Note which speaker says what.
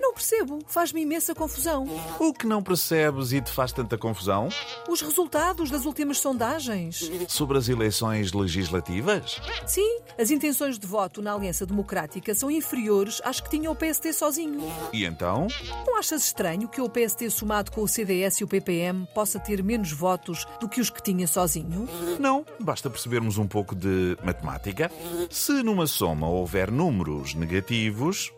Speaker 1: Não percebo, faz-me imensa confusão.
Speaker 2: O que não percebes e te faz tanta confusão?
Speaker 1: Os resultados das últimas sondagens.
Speaker 2: Sobre as eleições legislativas?
Speaker 1: Sim, as intenções de voto na Aliança Democrática são inferiores às que tinha o PST sozinho.
Speaker 2: E então?
Speaker 1: Não achas estranho que o PST somado com o CDS e o PPM possa ter menos votos do que os que tinha sozinho?
Speaker 2: Não, basta percebermos um pouco de matemática. Se numa soma houver números negativos,